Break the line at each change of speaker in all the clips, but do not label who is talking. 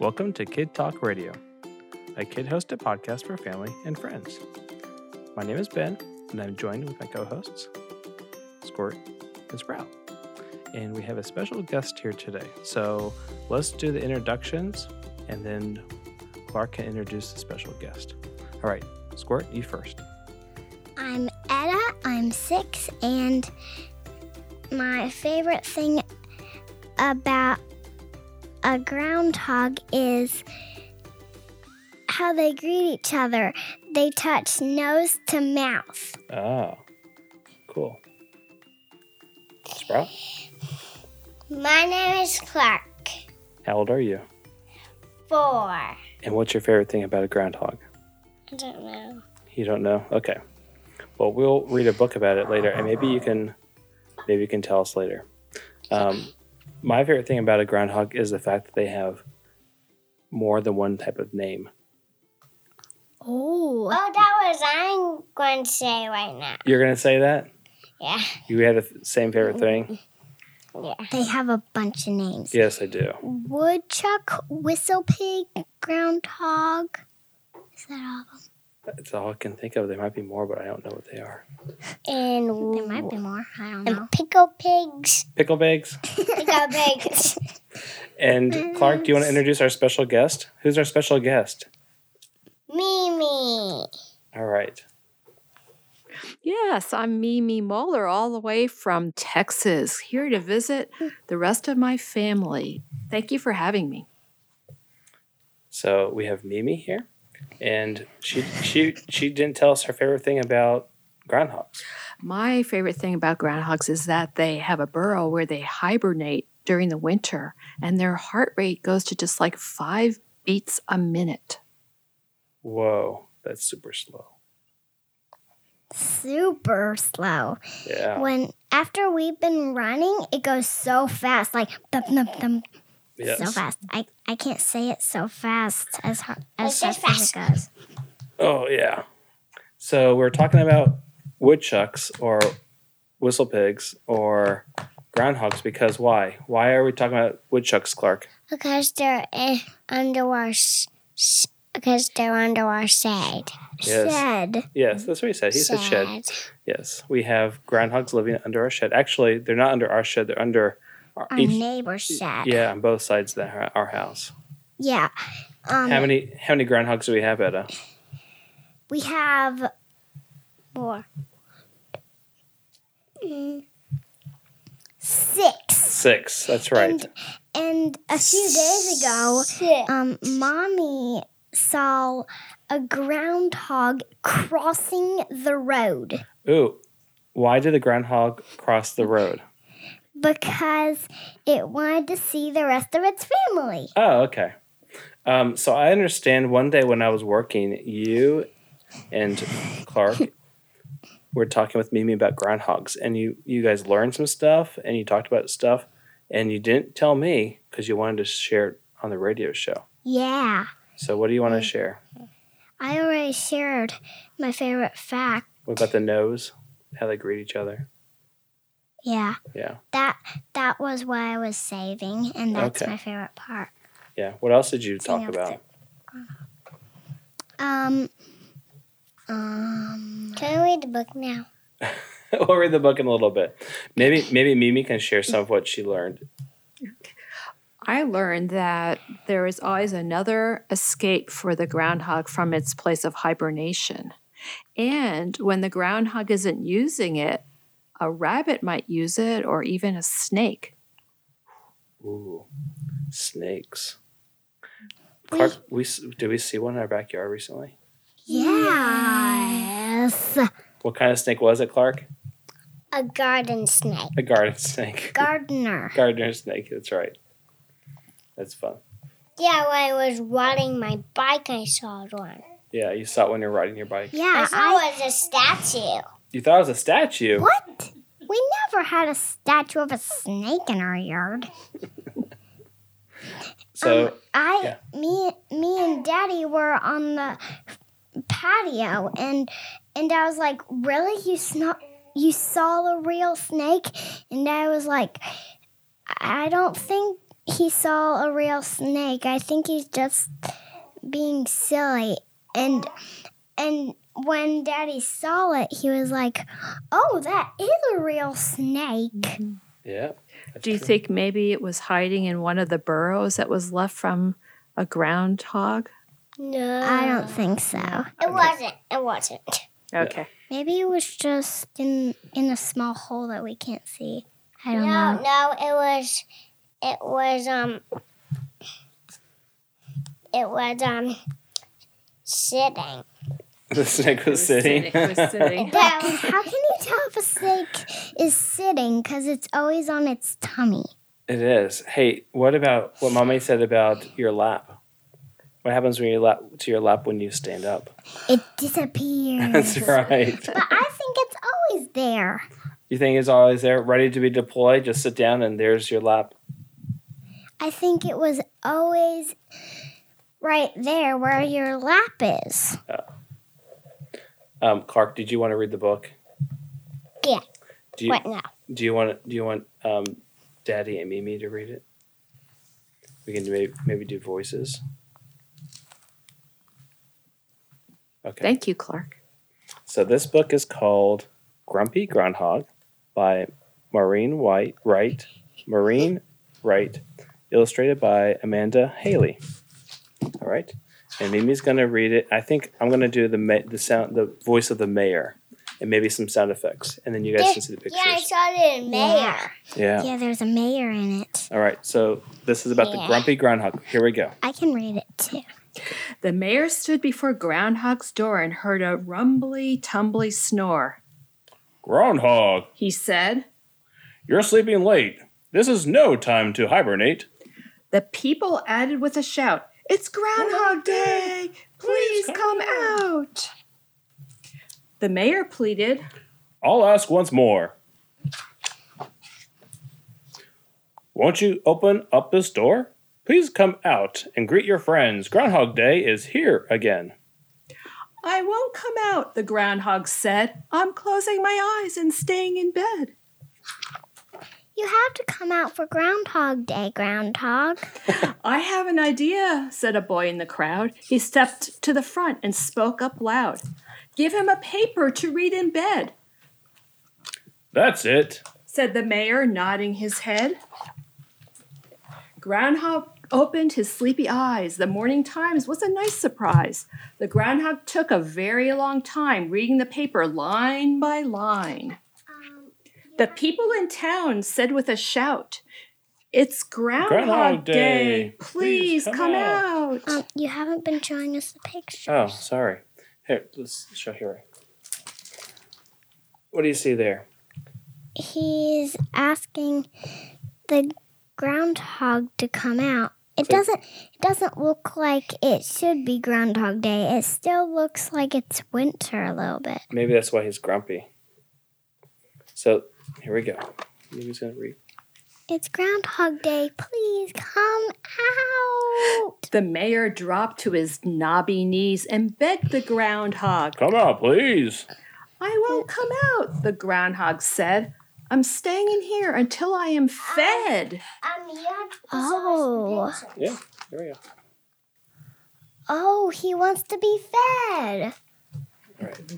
Welcome to Kid Talk Radio, a kid hosted podcast for family and friends. My name is Ben, and I'm joined with my co hosts, Squirt and Sprout. And we have a special guest here today. So let's do the introductions, and then Clark can introduce the special guest. All right, Squirt, you first.
I'm Etta. I'm six, and my favorite thing about a groundhog is how they greet each other. They touch nose to mouth.
Oh, cool. Sprout,
My name is Clark.
how old are you?
Four.
And what's your favorite thing about a groundhog?
I don't know.
You don't know? Okay. Well, we'll read a book about it later, and maybe you can, maybe you can tell us later. Um, my favorite thing about a groundhog is the fact that they have more than one type of name.
Oh.
Oh, that was I'm going to say right now.
You're gonna say that
Yeah,
you had the same favorite
Mm-hmm.
thing?
yeah.
They have a bunch of names.
Yes, I do.
Woodchuck, whistle pig, groundhog. Is that all? of
That's all I can think of. There might be more, but I don't know what they are.
And
them? There might be more. I don't know.
and pickle pigs.
Pickle bags.
Pickle pigs.
And Clark, do you
Mm.
want to introduce our special guest? Who's our special guest?
Mimi.
All right.
Yes, I'm Mimi Moeller, all the way from Texas, here to visit the rest of my family. Thank you for having me.
So we have Mimi here, and she she she didn't tell us her favorite thing about groundhogs.
My favorite thing about groundhogs is that they have a burrow where they hibernate during the winter, and their heart rate goes to just like five beats a minute.
Whoa, that's super slow.
Super slow.
Yeah,
When after we've been running, it goes so fast, like thump, thump, thump,
yes.
so fast. I, I can't say it so fast as hard as
Let's
fast,
say
as it goes.
Oh yeah. So we're talking about woodchucks or whistle pigs or groundhogs because why? Why are we talking about woodchucks, Clark?
Because they're eh, under our. s- s- Because they're under our shade.
Yes.
Shed.
Yes, that's what he said. He said shed.
Shade.
Yes, we have groundhogs living under our shed. Actually, they're not under our shed. They're under our,
Our
each.
neighbor's shed.
Yeah, on both sides of the, our house.
Yeah. Um,
How many how many groundhogs do we have, Etta?
we have
Four.
six.
Six. That's right.
And a few days ago,
Six.
um, mommy saw a groundhog crossing the road
Ooh, why did the groundhog cross the road?
because it wanted to see the rest of its family.
Oh, okay. Um, so I understand. One day when I was working, you and Clark were talking with Mimi about groundhogs, and you you guys learned some stuff, and you talked about stuff, and you didn't tell me because you wanted to share it on the radio show.
Yeah,
So what do you want to share?
I already shared my favorite fact.
What about the nose? How they greet each other?
Yeah,
Yeah,
that that was what I was saving, and that's
Okay.
my favorite part.
yeah. What else did you
Something
talk
else
about?
Um, um,
Can I read the book now?
we'll read the book in a little bit. Maybe maybe Mimi can share some of what she learned.
I learned that there is always another escape for the groundhog from its place of hibernation. And when the groundhog isn't using it, a rabbit might use it or even a snake.
Ooh, snakes. Clark, we s- did we see one in our backyard recently?
yes.
What kind of snake was it, Clark?
A garden snake.
A garden snake.
Gardener.
Gardener snake. That's right. That's fun.
Yeah, when I was riding my bike, I saw one.
Yeah, you saw it when you're riding your bike.
Yeah,
I saw
I,
it was a statue.
You thought it was a statue.
what? We never had a statue of a snake in our yard.
So
Um,
I,
Yeah.
me, me and Daddy were on the patio, and and I was like, "Really? You sno- You saw a real snake?" And I was like, "I don't think he saw a real snake. I think he's just being silly. And and when Daddy saw it, he was like, "Oh, that is a real snake."
Yeah. that's
Do you
true.
think maybe it was hiding in one of the burrows that was left from a groundhog?
No.
I don't think so.
It wasn't. It wasn't.
Okay.
Maybe it was just in in a small hole that we can't see. I don't
No,
know.
no, it was, it was, um, it was, um, sitting.
the snake was sitting?
It was sitting.
But how can you tell if a snake is sitting? Because it's always on its tummy.
It is. Hey, what about what mommy said about your lap? What happens when you lap to your lap when you stand up?
It disappears.
That's right.
But I think it's always there.
You think it's always there, ready to be deployed? Just sit down and there's your lap.
I think it was always right there where your lap is.
Um, Clark, did you want to read the book?
Yeah.
Do you
What now?
do you want do you want um, Daddy and Mimi to read it? We can maybe maybe do voices. Okay.
Thank you, Clark.
So this book is called Grumpy Groundhog by Maureen White Wright. Maureen Wright, illustrated by Amanda Haley. All right, and Mimi's going to read it. I think I'm going to do the ma- the sound, the voice of the mayor, and maybe some sound effects, and then you guys can see the pictures.
Yeah, I saw it in Mayor.
Yeah.
Yeah.
Yeah, there's a mayor in it.
All right. So this is about the
Yeah.
grumpy groundhog. Here we go.
I can read it too.
The mayor stood before Groundhog's door and heard a rumbly, tumbly snore.
Groundhog,
He said,
you're sleeping late. This is no time to hibernate.
The people added with a shout, It's Groundhog Day! Please come out! The mayor pleaded,
I'll ask once more. Won't you open up this door? Please come out and greet your friends. Groundhog Day is here again.
I won't come out, the groundhog said. I'm closing my eyes and staying in bed.
You have to come out for Groundhog Day, Groundhog.
I have an idea, said a boy in the crowd. He stepped to the front and spoke up loud. Give him a paper to read in bed,
That's it.
said the mayor, nodding his head. Groundhog opened his sleepy eyes. The morning Times was a nice surprise. The groundhog took a very long time reading the paper line by line. The people in town said with a shout, It's Groundhog,
Groundhog
Day.
Day.
Please, come, out.
Um, you haven't been showing us the picture.
Oh, sorry. Here, let's show here. What do you see there?
He's asking the groundhog to come out. It
So-
doesn't it doesn't look like it should be Groundhog Day. It still looks like it's winter a little bit.
Maybe that's why he's grumpy. So here we go. Maybe he's gonna read.
It's Groundhog Day. Please come out.
The mayor dropped to his knobby knees and begged the groundhog.
Come out, please.
I won't come out, the groundhog said. I'm staying in here until I am fed.
Um, you have to
Oh.
picture.
Yeah, here we go.
Oh, he wants to be fed.
All right.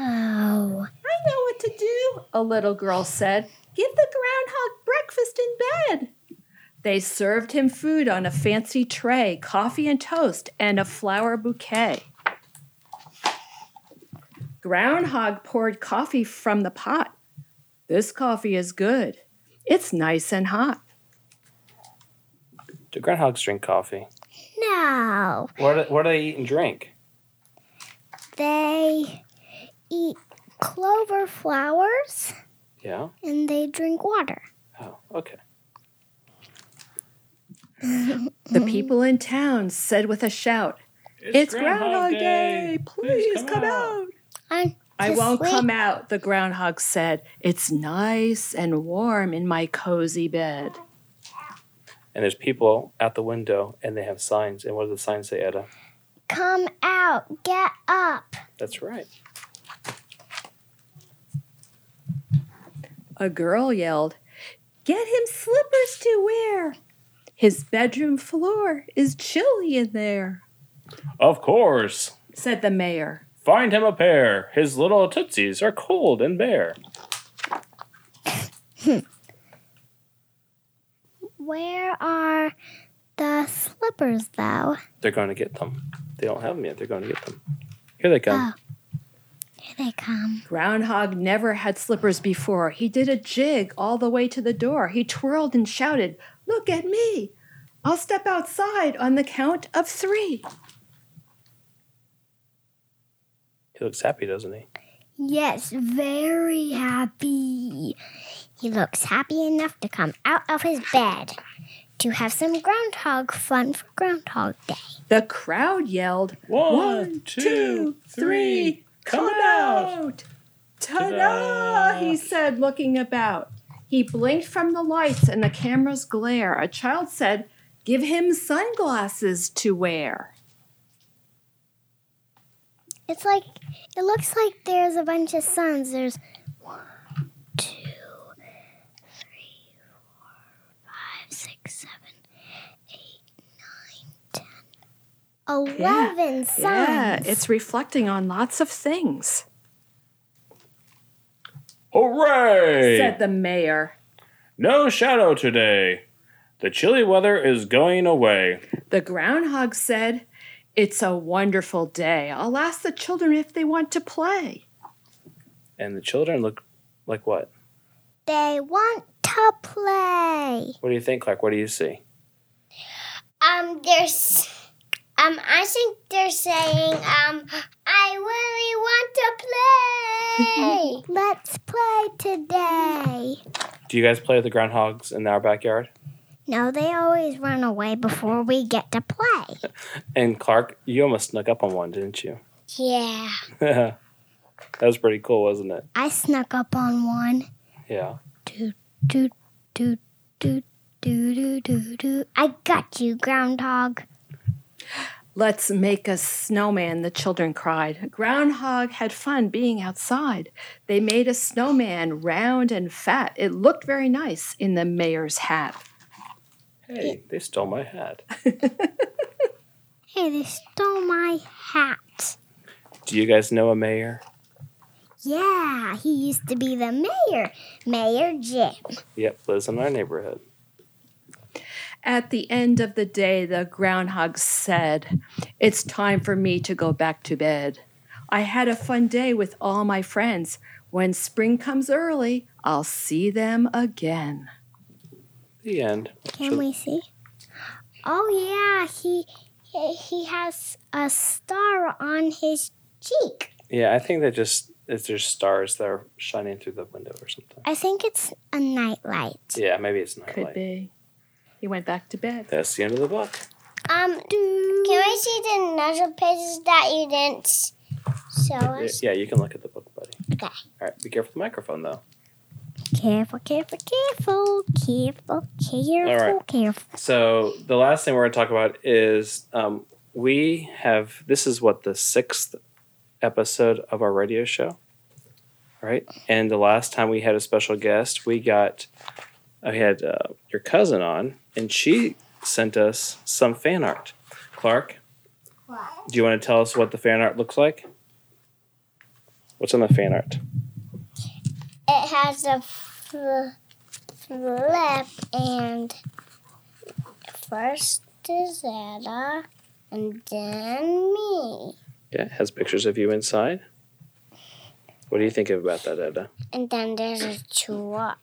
Oh.
I know what to do, a little girl said. Give the groundhog breakfast in bed. They served him food on a fancy tray, coffee and toast, and a flower bouquet. Groundhog poured coffee from the pot. This coffee is good. It's nice and hot.
Do groundhogs drink coffee?
No.
What do- what do they eat and drink?
They eat clover flowers
Yeah.
and they drink water.
Oh, okay.
The people in town said with a shout, It's, Groundhog Day. Please, come, out.
I'm
I
Just
won't
wait.
come out, the groundhog said. It's nice and warm in my cozy bed.
And there's people out the window, and they have signs. And what do the signs say, Etta?
Come out. Get up.
That's right.
A girl yelled, Get him slippers to wear. His bedroom floor is chilly in there,
Of course.
said the mayor.
Find him a pair. His little tootsies are cold and bare.
Where are the slippers, though?
They're going to get them. They don't have them yet. They're going to get them. Here they
Ah.
come.
Here they come.
Groundhog never had slippers before. He did a jig all the way to the door. He twirled and shouted, Look at me! I'll step outside on the count of three.
He looks happy, doesn't he?
Yes, very happy.
He looks happy enough to come out of his bed.
To have some groundhog fun for Groundhog Day.
The crowd yelled,
One,
"One, two, three!
come out!"
Ta
Ta-da.
da! He said, looking about. He blinked from the lights and the camera's glare. A child said, Give him sunglasses to wear.
It's like it looks like there's a bunch of suns. There's one, two, three, four, five, six, seven, eight, nine, ten,
Yeah.
eleven suns.
Yeah, it's reflecting on lots of things,
Hooray!
said the mayor.
No shadow today. The chilly weather is going away.
The groundhog said, It's a wonderful day. I'll ask the children if they want to play.
And the children look like what?
they want to play.
What do you think, Clark? What do you see?
Um, there's. Um, I think they're saying, um, I really want to play.
Let's play today.
Do you guys play with the groundhogs in our backyard?
No, they always run away before we get to play.
And Clark, you almost snuck up on one, didn't you?
yeah.
that was pretty cool, wasn't it?
I snuck up on one.
Yeah.
Do do do do do do do. I got you, groundhog.
Let's make a snowman, the children cried. Groundhog had fun being outside. They made a snowman round and fat. It looked very nice in the mayor's hat.
Hey, they stole my hat.
Hey, they stole my hat.
Do you guys know a mayor?
Yeah, he used to be the mayor, Mayor Jim.
Yep, lives in our neighborhood.
At the end of the day, the groundhog said, It's time for me to go back to bed. I had a fun day with all my friends. When spring comes early, I'll see them again.
The end.
Can we see? Oh yeah, he he- he has a star on his cheek.
Yeah, I think that just it's just stars that are shining through the window or something.
I think it's a nightlight.
Yeah, maybe it's not
Could
like
be. He went back to bed.
that's the end of the book.
Um,
Do.
can we see the other pages that you didn't s- show
Yeah,
us?
yeah, you can look at the book, buddy.
Okay.
All right, be careful with the microphone though.
Careful, careful, careful, careful, careful,
right.
careful.
So the last thing we're going to talk about is um, we have this is what the sixth episode of our radio show, right? And the last time we had a special guest, we got I had uh, your cousin on, and she sent us some fan art. Clark, do you want to tell us what the fan art looks like? What's on the fan art?
It has a fl- flip and first is Ella and then me.
Yeah, it has pictures of you inside. What do you think about that, Edda?
And then there's a chua.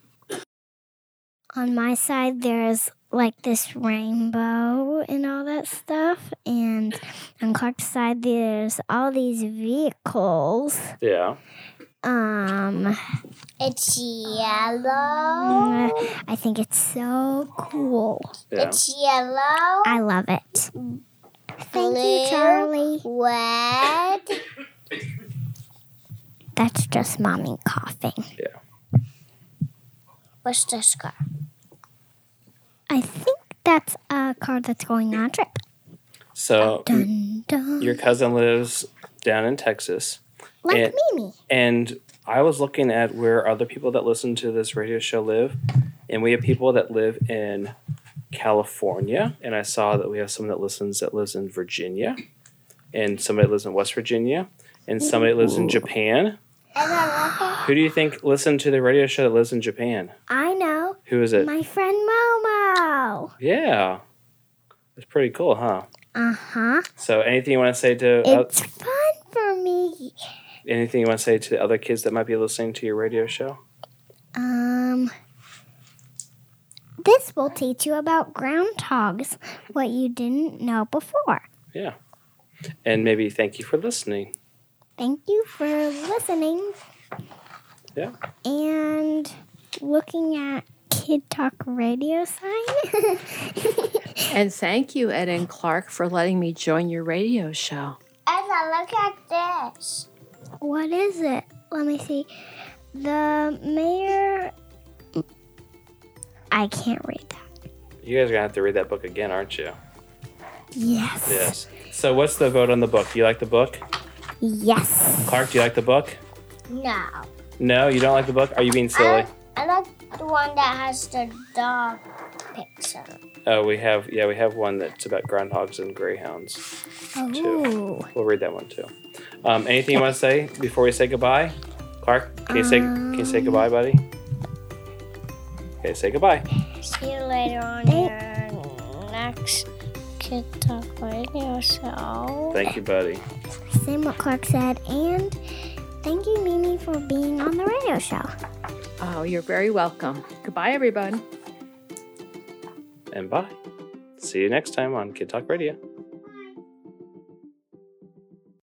on my side there's like this rainbow and all that stuff and on clark's side there's all these vehicles
Yeah.
um
It's yellow.
i think it's so cool
Yeah.
It's yellow.
i love it thank you
Blue.
charlie
Red.
that's just mommy coughing
What's this car?
i think that's a car that's going on a trip
So
dun, dun.
your cousin lives down in Texas,
like
it-
mimi
and I was looking at where other people that listen to this radio show live, and we have people that live in California, and I saw that we have someone that listens that lives in Virginia, and somebody that lives in West Virginia, and somebody that lives in Japan.
And I love it.
Who do you think listened to the radio show that lives in Japan?
I know
Who is it?
my friend
Oh.
Momo.
Yeah, it's pretty cool, huh?
Uh huh.
So, anything you want to say to oth-
It's fun for me.
anything you want to say to the other kids that might be listening to your radio show?
Um, this will teach you about groundhogs, what you didn't know before.
Yeah, and maybe thank you for listening.
Thank you for listening.
Yeah.
And looking at Kid Talk Radio sign.
And thank you, Ed and Clark, for letting me join your radio show.
Ella, look at this.
what is it? Let me see. The mayor. I can't read that.
You guys are gonna have to read that book again, aren't you?
Yes.
Yes. So, what's the vote on the book? Do you like the book,
Yes.
Clark? Do you like the book?
No.
No, you don't like the book. Are you being silly?
I, I like the one that has the dog picture.
Oh, we have yeah, we have one that's about groundhogs and greyhounds.
Ooh.
We'll read that one too. Um, anything you want to say before we say goodbye, Clark? Can you say can you say
Um.
goodbye, buddy? Okay, say goodbye.
See you later on your next Kid Talk Radio show.
Thank you, buddy.
Same what Clark said. And thank you, Mimi, for being on the radio show.
Oh, you're very welcome. Goodbye, everyone.
And bye. See you next time on Kid Talk Radio.